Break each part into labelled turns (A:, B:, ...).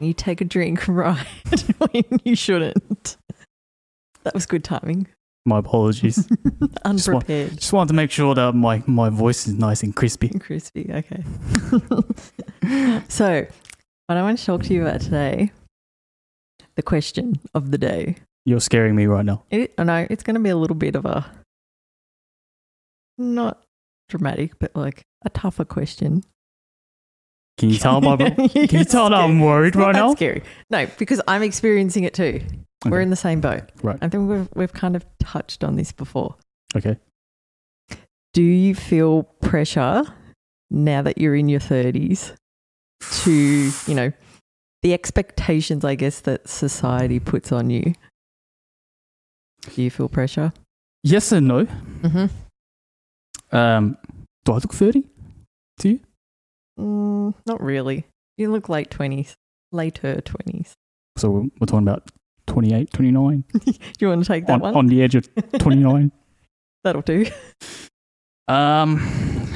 A: You take a drink right when you shouldn't. That was good timing.
B: My apologies.
A: Unprepared
B: Just wanted to make sure that my, my voice is nice and crispy.
A: and crispy. Okay. so, what I want to talk to you about today, the question of the day.
B: You're scaring me right now.
A: It, I know it's going to be a little bit of a not dramatic, but like a tougher question.
B: Can you tell my can you tell that I'm worried right
A: That's
B: now?
A: scary. No, because I'm experiencing it too. We're
B: Okay.
A: in the same boat.
B: Right.
A: I think we've we've kind of touched on this before.
B: Okay.
A: Do you feel pressure now that you're in your thirties to, you know, the expectations I guess that society puts on you? Do you feel pressure?
B: Yes and no.
A: Mm-hmm.
B: Um, do I look thirty?
A: Mm, not really. You look late twenties. Later twenties.
B: So we're, we're talking about 28, 29,
A: Do you want to take that
B: on,
A: one?
B: on the edge of 29.
A: That'll do.
B: um,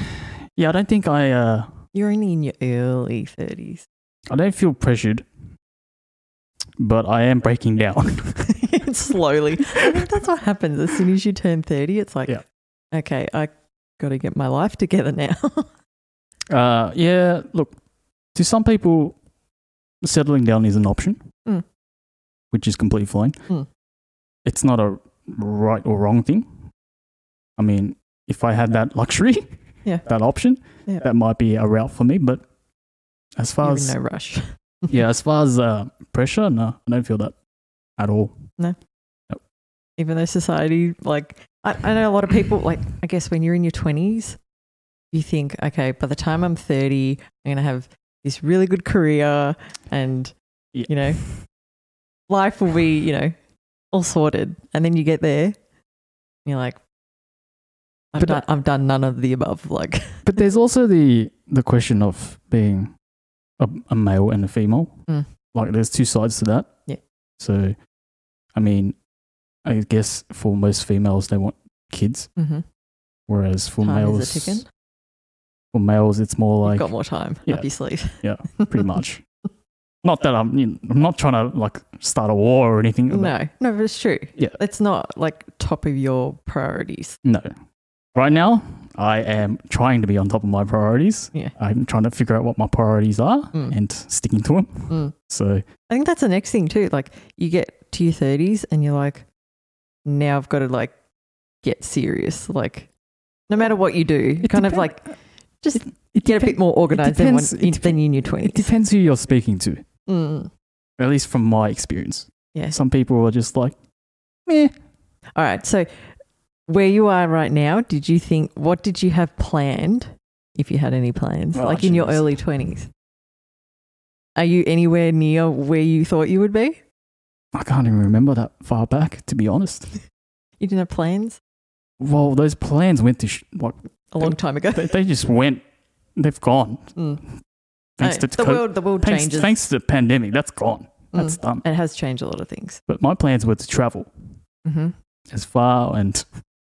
B: yeah, I don't think I uh,
A: You're only in your early thirties.
B: I don't feel pressured, but I am breaking down.
A: Slowly. I think that's what happens. As soon as you turn 30, it's like,
B: Yeah.
A: okay, I got to get my life together now.
B: Uh, yeah, look, to some people, settling down is an option,
A: Mm.
B: which is completely fine.
A: Mm.
B: It's not a right or wrong thing. I mean, if I had that luxury,
A: Yeah.
B: that option,
A: Yeah.
B: that might be a route for me. But as far
A: You're in
B: as
A: no rush.
B: yeah, as far as uh, pressure, no, I don't feel that at all.
A: Even though society, like, I, I know a lot of people, like, I guess when you're in your 20s, you think, okay, by the time I'm 30, I'm going to have this really good career and,
B: Yeah.
A: you know, life will be, you know, all sorted. And then you get there and you're like, I've,
B: But
A: done,
B: that-
A: I've done none of the above. Like,
B: But there's also the the question of being a, a male and a female.
A: Mm.
B: Like there's two sides to that.
A: Yeah.
B: So, I mean, I guess for most females they want kids,
A: mm-hmm.
B: whereas for
A: Time
B: males,
A: is a ticking.
B: for males it's more
A: You've
B: like
A: got more time
B: yeah.
A: up your sleeve.
B: Yeah, pretty much. not that I'm you know, I'm not trying to like start a war or anything. about-
A: no, no, but it's true.
B: Yeah.
A: It's not like top of your priorities.
B: No. Right now, I am trying to be on top of my priorities.
A: Yeah.
B: I'm trying to figure out what my priorities are
A: Mm.
B: and sticking to them.
A: Mm.
B: So,
A: I think that's the next thing too. Like you get to your thirties and you're like, now I've got to like get serious. Like no matter what you do, you
B: It
A: kind of
B: depen-
A: like just
B: it
A: get a bit more organized than, when,
B: depends- it
A: in, than you in your
B: It
A: twenties.
B: depends who you're speaking to,
A: Mm.
B: at least from my experience.
A: Yeah.
B: Some people are just like, meh.
A: All right. So where you are right now, did you think what did you have planned if you had any plans?
B: Well,
A: like in your
B: geez.
A: early twenties? Are you anywhere near where you thought you would be?
B: I can't even remember that far back, to be honest.
A: You didn't have plans
B: Well, those plans went to, sh- like,
A: a long time ago.
B: they, they just went, they've gone.
A: Mm.
B: Thanks
A: No,
B: to
A: the
B: co-
A: world, the world
B: thanks,
A: changes.
B: thanks to the pandemic, that's gone. That's
A: Mm.
B: done.
A: It has changed a lot of things.
B: But my plans were to travel
A: Mm-hmm.
B: as far and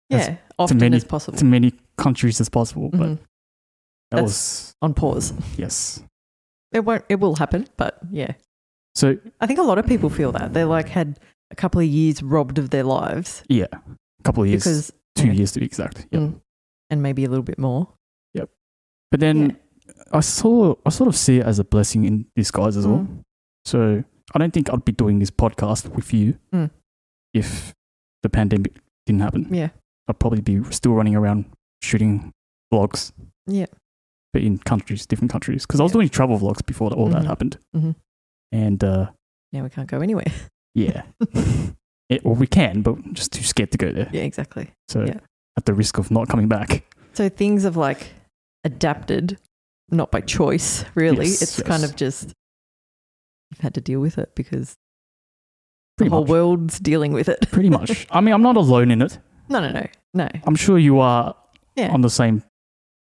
B: That's
A: Yeah, often
B: many-
A: as possible.
B: to many countries as possible. But
A: Mhm.
B: that
A: That's-
B: was,
A: On pause,
B: yes.
A: it won't. It will happen, but yeah,
B: So,
A: I think a lot of people feel that they like had a couple of years robbed of their lives
B: yeah, a couple of years,
A: because
B: two
A: yeah.
B: years to be exact. Yeah.
A: Mm. and maybe a little bit more.
B: But then I saw I sort of see it as a blessing in disguise as well.
A: Mm.
B: So I don't think I'd be doing this podcast with you
A: Mm.
B: if the pandemic didn't happen.
A: Yeah.
B: I'd probably be still running around shooting vlogs.
A: Yeah.
B: But in countries, different countries, because I was
A: Yeah.
B: doing travel vlogs before all that
A: Mhm.
B: happened.
A: Mhm.
B: And uh,
A: Now we can't go anywhere.
B: yeah, it, well, we can, but I'm just too scared to go there.
A: yeah, exactly.
B: So
A: yeah.
B: at the risk of not coming back.
A: So things have like adapted, not by choice, really.
B: Yes,
A: it's kind
B: yes.
A: of just you've had to deal with it because
B: Pretty
A: the whole
B: much.
A: world's dealing with it.
B: Pretty much. I mean, I'm not alone in it.
A: no, no, no, no.
B: I'm sure you are
A: Yeah.
B: on the same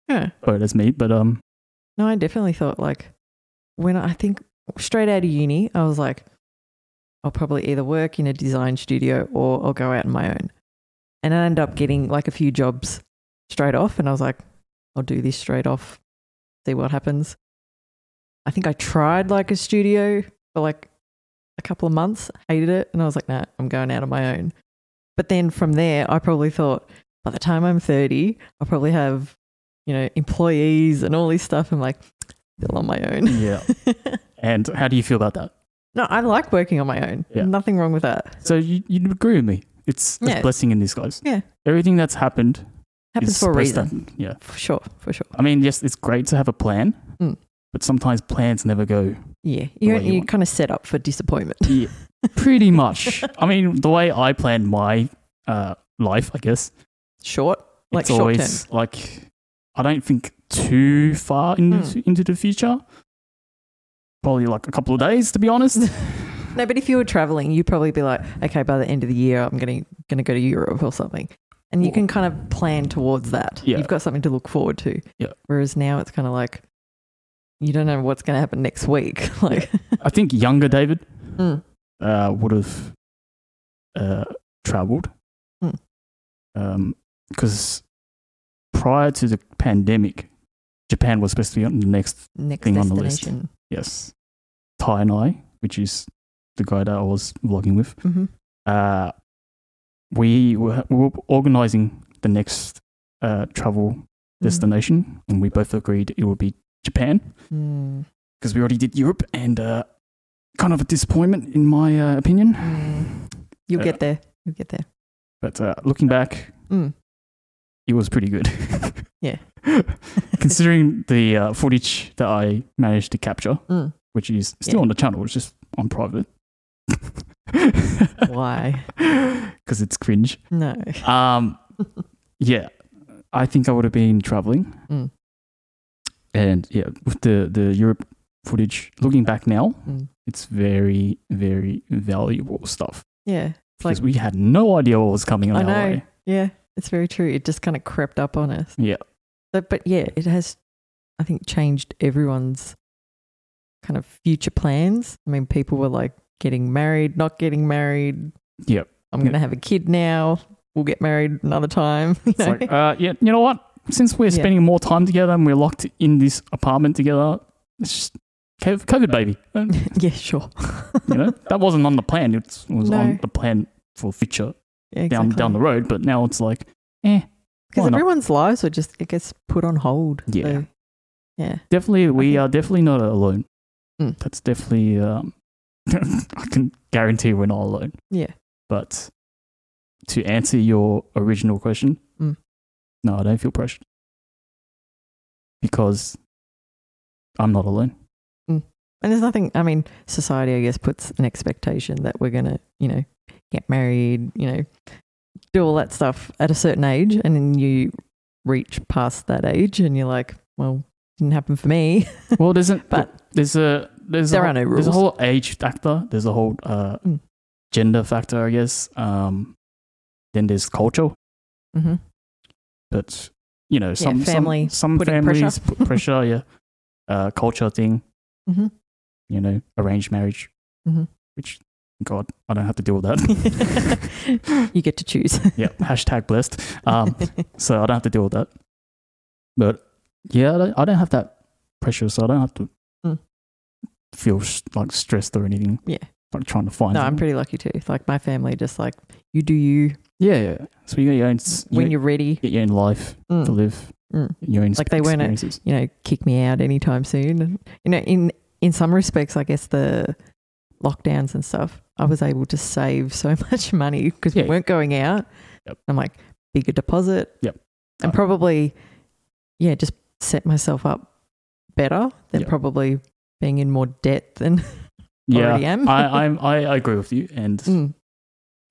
A: Yeah.
B: boat as me, but um,
A: No, I definitely thought like when I think straight out of uni, I was like, I'll probably either work in a design studio or I'll go out on my own. And I ended up getting like a few jobs straight off. And I was like, I'll do this straight off, see what happens. I think I tried like a studio, for like a couple of months, hated it, and I was like, nah, I'm going out on my own. But then from there, I probably thought, by the time I'm 30, I'll probably have, you know, employees and all this stuff. I'm like, still on my own.
B: Yeah. and how do you feel about that?
A: no, I like working on my own.
B: Yeah.
A: Nothing wrong with that.
B: So you, you agree with me. It's a
A: Yeah.
B: blessing in disguise.
A: Yeah.
B: Everything that's happened
A: Happens
B: is
A: for a
B: supposed to
A: reason.
B: happen. Yeah.
A: For sure, for sure.
B: I mean, yes, it's great to have a plan,
A: Mm.
B: but sometimes plans never go
A: Yeah. You're,
B: way you
A: you're
B: want.
A: kind of set up for disappointment.
B: Yeah. pretty much. I mean, the way I plan my uh, life, I guess,
A: Short, like
B: it's
A: short
B: always
A: term.
B: like I don't think too far into, into the future. Probably like a couple of days, to be honest.
A: No, but if you were traveling, you'd probably be like, okay, by the end of the year, I'm going to going to go to Europe or something. And you
B: Or-
A: can kind of plan towards that.
B: Yeah.
A: You've got something to look forward to.
B: Yeah.
A: Whereas now it's kind of like, you don't know what's going to happen next week. Like,
B: I think younger David
A: Mm.
B: uh, would have uh, traveled
A: Mm.
B: because prior to the pandemic, Japan was supposed to be on the next
A: next
B: Thing on the list.
A: destination.
B: Yes. Ty and I, which is the guy that I was vlogging with,
A: hmm
B: uh, we were, we were organizing the next uh, travel
A: Mm-hmm.
B: destination, and we both agreed it would be Japan
A: Mm.
B: because we already did Europe, and uh, kind of a disappointment in my uh, opinion.
A: Mm. You'll
B: Uh,
A: get there. You'll get there.
B: But uh, looking back,
A: Mm.
B: it was pretty good.
A: Yeah.
B: Considering the uh, footage that I managed to capture,
A: Mm.
B: which is still
A: Yeah.
B: on the channel, it's just on private.
A: Why?
B: Because it's cringe.
A: No.
B: Um, yeah, I think I would have been traveling.
A: Mm.
B: And yeah, with the, the Europe footage, looking back now,
A: Mm.
B: it's very, very valuable stuff.
A: Yeah. It's like,
B: Because we had no idea what was coming on
A: I
B: our
A: know.
B: way.
A: yeah, it's very true. It just kind of crept up on us.
B: Yeah.
A: But, but yeah, it has, I think, changed everyone's kind of future plans. I mean, people were like getting married, not getting married.
B: Yep.
A: I'm
B: Yeah.
A: going to have a kid now. We'll get married another time. You
B: It's
A: know?
B: like, uh, yeah, you know what? Since we're
A: Yeah.
B: spending more time together and we're locked in this apartment together, it's just COVID, COVID baby. And,
A: yeah, sure.
B: you know, that wasn't on the plan. It was
A: No.
B: on the plan for future
A: Yeah,
B: down down the road, but now it's like, eh, why
A: Because
B: not?
A: everyone's lives are just, it gets put on hold.
B: Yeah.
A: So, yeah.
B: definitely we
A: think-
B: are definitely not alone.
A: Mm.
B: That's definitely um, I can guarantee we're not alone.
A: Yeah.
B: But to answer your original question,
A: Mm.
B: no, I don't feel pressured because I'm not alone.
A: And there's nothing, I mean, society, I guess, puts an expectation that we're going to, you know, get married, you know, do all that stuff at a certain age. And then you reach past that age and you're like, well, didn't happen for me.
B: Well, there's an,
A: But-
B: there's a there's
A: There
B: a,
A: are no
B: There's a
A: rules.
B: whole age factor. There's a whole uh,
A: Mm.
B: gender factor, I guess. Um, then there's culture, Mm-hmm.
A: hmm but,
B: but you know, some some-
A: family
B: some,
A: putting pressure.
B: families put pressure, yeah, uh, culture thing,
A: hmm
B: you know, arranged marriage,
A: Mhm.
B: which God, I don't have to deal with that.
A: Mm-hmm. you get to choose.
B: yeah, hashtag blessed. Um, so I don't have to deal with that. But yeah, I don't, I don't have that pressure, so I don't have to
A: Mm.
B: feel s- like stressed or anything.
A: Yeah.
B: like trying to find.
A: no, I'm
B: something.
A: pretty lucky too. Like my family, just like, you do you
B: yeah, yeah. So you got your own. s- You
A: when
B: you
A: you're ready.
B: get your own life
A: Mm.
B: to live.
A: Mm.
B: Your own
A: Like they weren't a-
B: experiences.
A: you know, kick me out anytime soon. And you know, in in some respects, I guess the lockdowns and stuff, I was able to save so much money because
B: Yeah.
A: we weren't going out.
B: Yep.
A: I'm like bigger deposit.
B: Yep.
A: and
B: Uh,
A: probably yeah, just set myself up better than
B: Yep.
A: probably being in more debt than already
B: Yeah,
A: am.
B: I, I'm. I, I agree with you, and
A: Mm,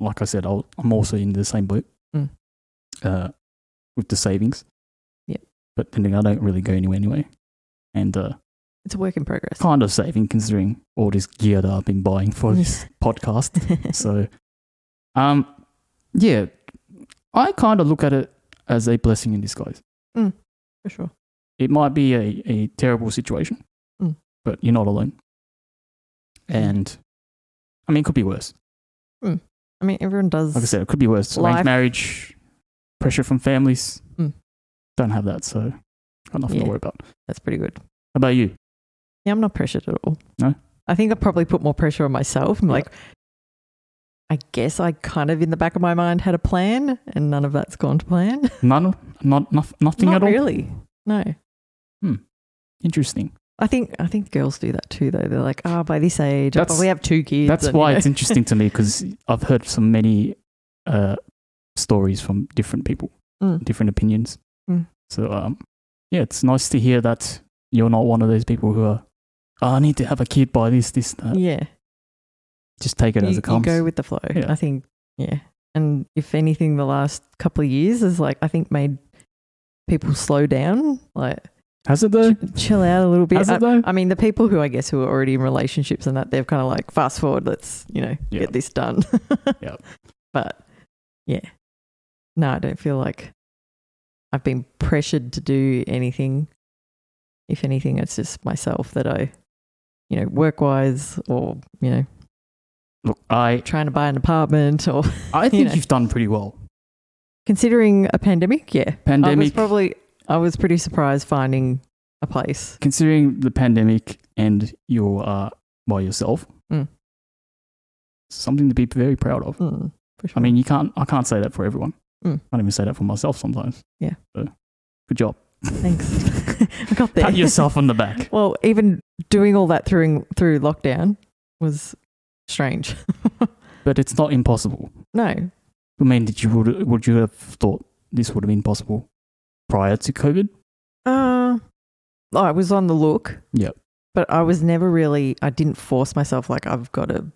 B: like I said, I'll, I'm also in the same boat
A: Mm.
B: uh, with the savings.
A: Yep.
B: But then I don't really go anywhere anyway. And uh,
A: it's a work in progress.
B: kind of saving considering all this gear that I've been buying for this podcast. So, um, yeah, I kind of look at it as a blessing in disguise.
A: For sure.
B: It might be a, a terrible situation,
A: Mm.
B: but you're not alone. And I mean, it could be worse.
A: I mean, everyone does.
B: like I said, it could be worse.
A: Life-
B: Arranged marriage, pressure from families.
A: Mm.
B: Don't have that, so got nothing
A: Yeah.
B: to worry about. How
A: That's pretty good.
B: about you?
A: Yeah, I'm not pressured at all.
B: No?
A: I think I probably put more pressure on myself. I'm
B: Yeah.
A: like, I guess I kind of in the back of my mind had a plan, and none of that's gone to plan.
B: None, not, noth- nothing
A: Not
B: at all.
A: really. No.
B: Interesting.
A: I think I think girls do that too, though. They're like, ah, by this age, I
B: That's-
A: probably have two kids.
B: That's
A: and, you
B: why
A: know.
B: it's interesting to me because I've heard so many uh, stories from different people,
A: Mm.
B: different opinions.
A: Mm.
B: So, um, yeah, it's nice to hear that you're not one of those people who are, oh, I need to have a kid by this, this, that.
A: yeah.
B: Just take it
A: you,
B: as it
A: you
B: comes.
A: go with the flow.
B: Yeah.
A: I think, yeah. And if anything, the last couple of years has like I think made people slow down, like
B: Has it though?
A: chill out a little bit.
B: Has
A: I,
B: it though?
A: I mean, the people who I guess who are already in relationships and that they've kind of like fast forward, let's you know
B: Yeah.
A: get this done.
B: Yep.
A: But yeah, no, I don't feel like I've been pressured to do anything. If anything, it's just myself that I, you know, work wise or you know
B: Look, I,
A: trying to buy an apartment or
B: I think
A: know.
B: you've done pretty well.
A: considering a pandemic, yeah. I was
B: Pandemic,
A: probably I was pretty surprised finding a place.
B: considering the pandemic and you are by yourself,
A: Mm.
B: something to be very proud of.
A: Mm, for
B: I
A: sure.
B: mean, you can't. I can't say that for everyone.
A: Mm.
B: I can't even say that for myself sometimes.
A: Yeah.
B: So, good job.
A: thanks. I got there.
B: Pat yourself on the back.
A: Well, even doing all that through through lockdown was strange.
B: But it's not impossible.
A: no,
B: I mean, did you would would you have thought this would have been possible prior to COVID?
A: uh, I was on the look.
B: Yep.
A: But I was never really. I didn't force myself. Like I've got to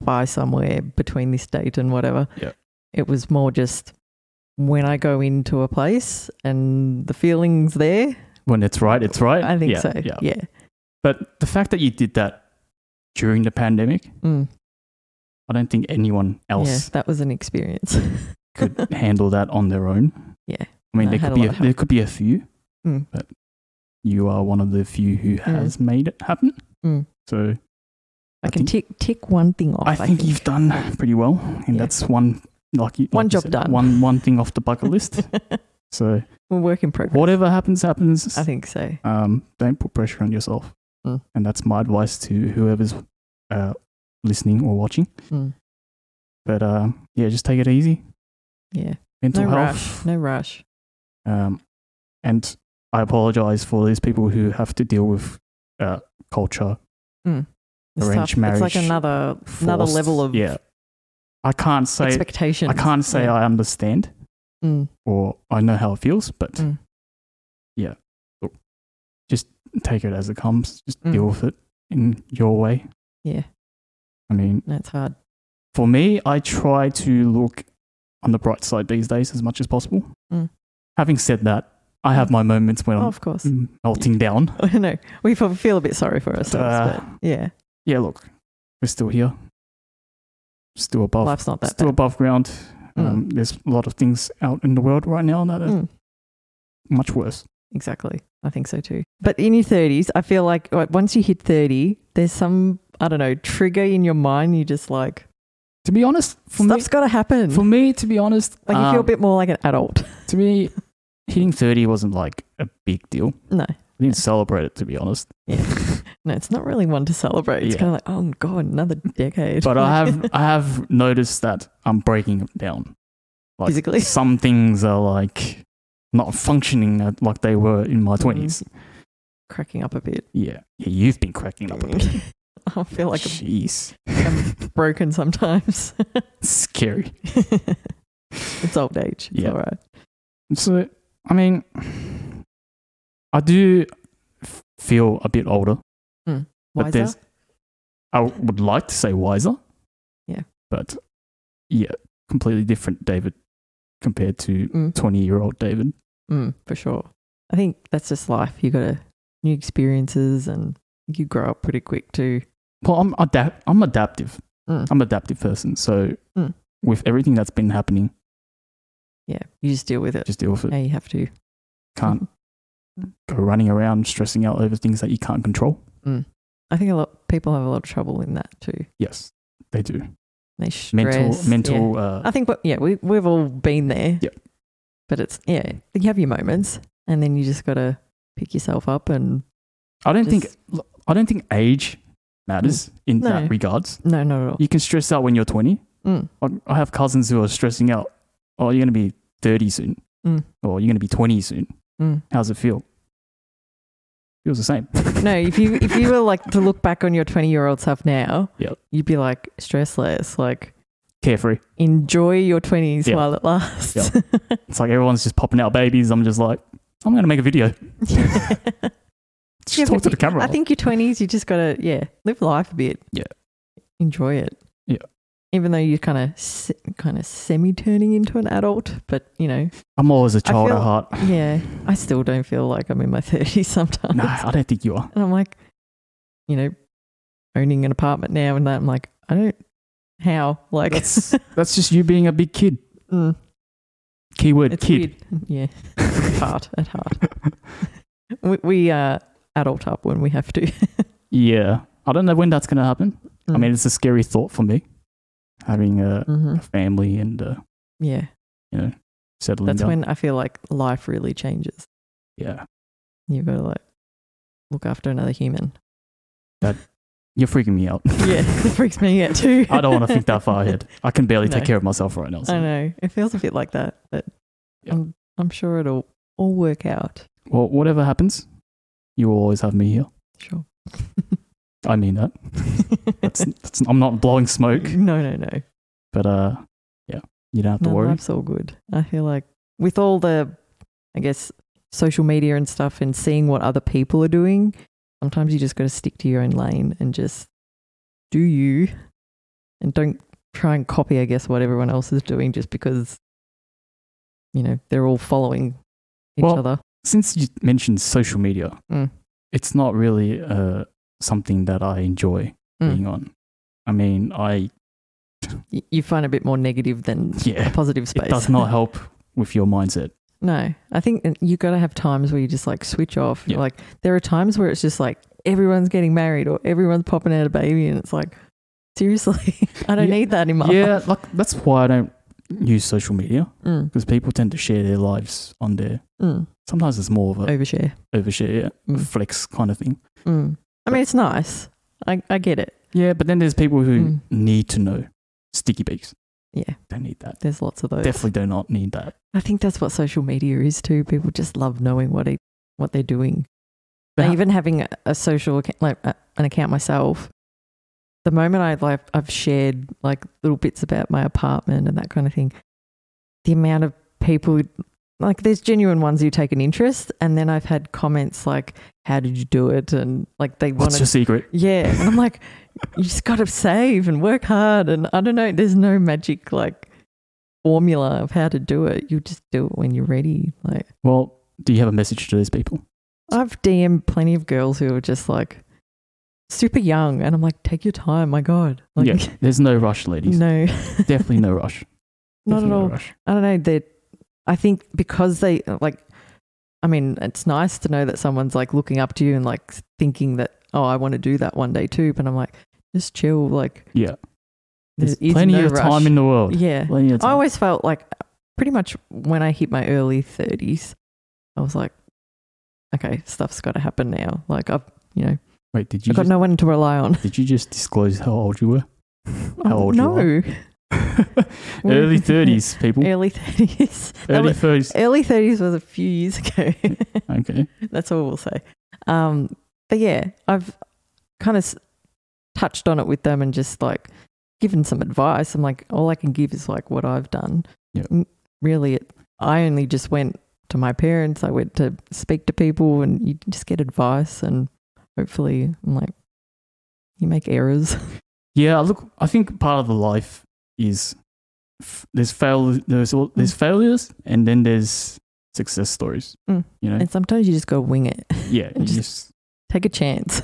A: buy somewhere between this date and whatever.
B: Yep.
A: It was more just when I go into a place and the feeling's there.
B: When it's right, it's right.
A: I think
B: Yeah,
A: so.
B: Yeah.
A: Yeah.
B: But the fact that you did that during the pandemic,
A: Mm.
B: I don't think anyone
A: Yeah,
B: else
A: that was an experience.
B: could handle that on their own.
A: Yeah.
B: I mean,
A: I
B: there
A: had
B: could
A: a
B: be a,
A: lot of
B: there could be a few,
A: Mm.
B: but you are one of the few who
A: Hmm.
B: has made it happen.
A: Mm.
B: So
A: I
B: I
A: can tick tick one thing off.
B: I think, you've done pretty well, and
A: Yeah.
B: that's one like you,
A: One
B: like you
A: job
B: said,
A: done.
B: One one thing off the bucket list. So
A: We're work in progress.
B: whatever happens, happens.
A: I think so.
B: Um, don't put pressure on yourself,
A: Mm.
B: and that's my advice to whoever's uh, listening or watching.
A: Mm.
B: But uh, yeah, just take it easy.
A: Yeah.
B: Mental
A: No
B: health.
A: rush. No rush.
B: Um, and I apologize for those people who have to deal with uh, culture.
A: It's tough.
B: Arranged
A: It's like
B: marriage,
A: another another
B: forced-
A: level of
B: yeah. I can't say
A: expectation.
B: I can't say I understand.
A: Mm.
B: or I know how it feels, but
A: Mm.
B: yeah, look, just take it as it comes. Just
A: Mm.
B: deal with it in your way.
A: Yeah.
B: I mean,
A: That's hard.
B: for me, I try to look on the bright side these days as much as possible.
A: Mm.
B: Having said that, I have my moments when
A: Oh,
B: I'm
A: of course.
B: mm, melting down.
A: I know. We probably feel a bit sorry for
B: But,
A: ourselves,
B: uh,
A: but yeah,
B: yeah, look, we're still here, still above,
A: life's not that
B: oh, still
A: bad.
B: above ground.
A: Mm.
B: Um, uh, there's a lot of things out in the world right now that are
A: Mm.
B: much worse.
A: Exactly. I think so too. But in your 30s, I feel like like, once you hit 30, there's some, I don't know, trigger in your mind. You just like,
B: To be honest, for me,
A: stuff's got to happen.
B: For me, to be honest,
A: like you feel a
B: um,
A: bit more like an adult.
B: to me, hitting thirty wasn't like a big deal.
A: No.
B: I didn't celebrate it to be honest,
A: Yeah. No, it's not really one to celebrate. It's
B: Yeah.
A: kind of like, oh god, another decade.
B: but I have I have noticed that I'm breaking down. Like
A: Physically?
B: some things are like not functioning at- like they were in my
A: Mm.
B: twenties.
A: cracking up a bit.
B: Yeah, yeah, you've been cracking up a bit.
A: I feel like um, I'm
B: Jeez,
A: broken sometimes.
B: scary.
A: it's old age. It's
B: Yeah.
A: all right.
B: So, I mean, I do f- feel a bit older. But
A: Hmm. Wiser.
B: there's, I would like to say wiser.
A: Yeah.
B: But yeah, completely different David compared to
A: Mm,
B: 20 year old David.
A: mm, for sure. I think that's just life. You got to new experiences, and you grow up pretty quick too.
B: Well, I'm, adapt- I'm adaptive.
A: Mm.
B: I'm an adaptive person. So
A: Mm.
B: with everything that's been happening,
A: Yeah, you just deal with it.
B: just deal with it.
A: Yeah, you have to.
B: Can't go running around stressing out over things that you can't control.
A: I think a lot people have a lot of trouble in that too.
B: Yes, they do.
A: They stress.
B: Mental,
A: yeah.
B: mental, uh,
A: I think, what, yeah, we, we've all been there.
B: Yep.
A: But it's, yeah, you have your moments and then you just got to pick yourself up and
B: I don't think,
A: just-
B: I don't think age matters in
A: Mm. No.
B: that regards.
A: No, not at all.
B: You can stress out when you're 20.
A: Mm.
B: I I have cousins who are stressing out. Oh, you're going to be 30 soon.
A: Mm.
B: Or you're going to be 20 soon.
A: Mm.
B: How's it feel? Feels the same.
A: No, if you if you were like to look back on your twenty year old self now,
B: Yep.
A: you'd be like stress less, like
B: Carefree.
A: enjoy your twenties
B: Yep.
A: while it lasts.
B: It's like everyone's just popping out babies. I'm just like, I'm going to make a video. Just
A: Yeah,
B: talk
A: but
B: to the camera.
A: I think your twenties, you just gotta yeah, live life a bit.
B: Yeah.
A: enjoy it.
B: Yeah.
A: even though you're kind of se- kind of semi turning into an adult, but you know,
B: I'm always a
A: I
B: child
A: feel-
B: at heart.
A: yeah, I still don't feel like I'm in my thirties sometimes.
B: No, I don't think you are.
A: And I'm like, you know, owning an apartment now and that. I'm like, I don't how like
B: That's that's just you being a big kid.
A: mm,
B: Keyword
A: it's
B: kid.
A: weird. Yeah, at heart, at heart. We, we uh, adult up when we have to.
B: Yeah. I don't know when that's going to happen. I
A: Mm.
B: mean, it's a scary thought for me having a,
A: hmm
B: a family and uh,
A: Yeah,
B: settling
A: that's
B: down.
A: when I feel like life really changes.
B: yeah.
A: You've got to like look after another human.
B: You're freaking me out.
A: Yeah, it freaks me out too.
B: I don't want to think that far ahead. I can barely
A: No.
B: take care of myself right now. So.
A: I know it feels a bit like that, but
B: Yeah.
A: I'm I'm sure it'll all work out.
B: Well, whatever happens, you will always have me here.
A: Sure.
B: I mean that. That's, that's, I'm not blowing smoke,
A: No, no, no.
B: but uh, yeah, you don't have to
A: No,
B: worry.
A: life's all good. I feel like with all the, I guess, social media and stuff, and seeing what other people are doing, sometimes you just got to stick to your own lane and just do you, and don't try and copy. I guess what everyone else is doing, just because, you know, they're all following each
B: Well,
A: other.
B: Since you mentioned social media,
A: Mm.
B: it's not really uh, something that I enjoy
A: Mm.
B: being on. I mean, I,
A: Y- you find a bit more negative than
B: yeah,
A: a positive space.
B: It does not help with your mindset.
A: No, I think you got to have times where you just like switch off.
B: Yeah.
A: Like there are times where it's just like everyone's getting married or everyone's popping out a baby, and it's like seriously, I don't
B: Yeah.
A: need that in my
B: Yeah,
A: life.
B: like that's why I don't use social media
A: Mm,
B: because people tend to share their lives on there.
A: mm,
B: Sometimes it's more of a
A: overshare.
B: overshare, yeah,
A: Mm.
B: flex kind of thing.
A: Mm. I mean, it's nice. I I get it.
B: Yeah, but then there's people who
A: Mm.
B: need to know sticky beaks.
A: Yeah,
B: Don't need that.
A: there's lots of those.
B: Definitely do not need that.
A: I think that's what social media is too. People just love knowing what e- what they're doing.
B: But
A: And
B: how-
A: even having a, a social account, like a, an account myself, the moment I like I've shared like little bits about my apartment and that kind of thing, the amount of people like there's genuine ones who take an interest, and then I've had comments like, "How did you do it?" and like they want
B: What's your
A: to.
B: secret?
A: Yeah, and I'm like, you just got to save and work hard, and I don't know. There's no magic like formula of how to do it. You just do it when you're ready. Like
B: Well, do you have a message to those people?
A: I've DM'd plenty of girls who are just like super young, and I'm like, take your time, my god. Like,
B: yeah, there's no rush, ladies.
A: no,
B: Definitely no rush.
A: not
B: Definitely
A: at
B: no
A: all.
B: rush.
A: I don't know. That I think because they like, I mean, it's nice to know that someone's like looking up to you and like thinking that, oh, I want to do that one day too. But I'm like, just chill. Like,
B: Yeah, there's
A: is
B: plenty
A: no
B: of
A: rush.
B: time in the world.
A: yeah. Oh,
B: Plenty of
A: I
B: time.
A: always felt like pretty much when I hit my early 30s, I was like, okay, stuff's got to happen now. Like, I've, you know,
B: Wait, did you
A: I've got
B: just,
A: no one to rely on.
B: did you just disclose how old you were? How old you
A: no.
B: are? Early 30s, people.
A: Early 30s. That
B: Early
A: was-
B: 30s.
A: early 30s was a few years ago.
B: Okay.
A: That's all we'll say. Um, but yeah, I've kind of s- touched on it with them and just like given some advice. I'm like, all I can give is like what I've done.
B: Yeah.
A: N- Really, it, I only just went to my parents. I went to speak to people and you just get advice and hopefully I'm like, you make errors.
B: Yeah, look, I think part of the life is f- there's fail there's all, there's failures and then there's success stories.
A: Mm.
B: You know,
A: And sometimes you just go wing it.
B: yeah,
A: and
B: you
A: just-
B: just-
A: Take a chance.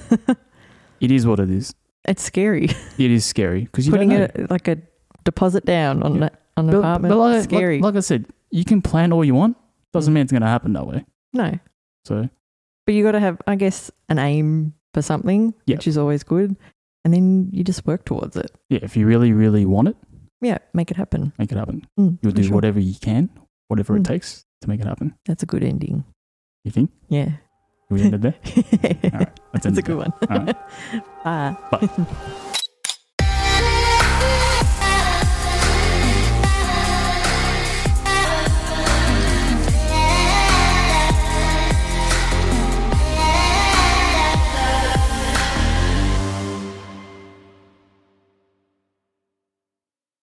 B: it is what it is.
A: it's scary.
B: It is scary because you
A: Putting
B: don't
A: a,
B: know.
A: like a deposit down on
B: Yeah.
A: a- on an apartment.
B: like,
A: scary.
B: Like, like I said, you can plan all you want. Doesn't
A: Mm.
B: mean it's going to happen that way.
A: no,
B: So
A: but you got to have, I guess, an aim for something,
B: Yeah.
A: which is always good, and then you just work towards it.
B: yeah, if you really, really want it,
A: Yeah, make it happen.
B: make it happen.
A: Mm,
B: You'll
A: for
B: do
A: sure.
B: whatever you can, whatever
A: Mm.
B: it takes to make it happen.
A: That's a good ending.
B: You think?
A: Yeah,
B: We ended there.
A: That's
B: Let's end
A: a
B: it there.
A: good one. Ah.
B: All right.
A: Bye.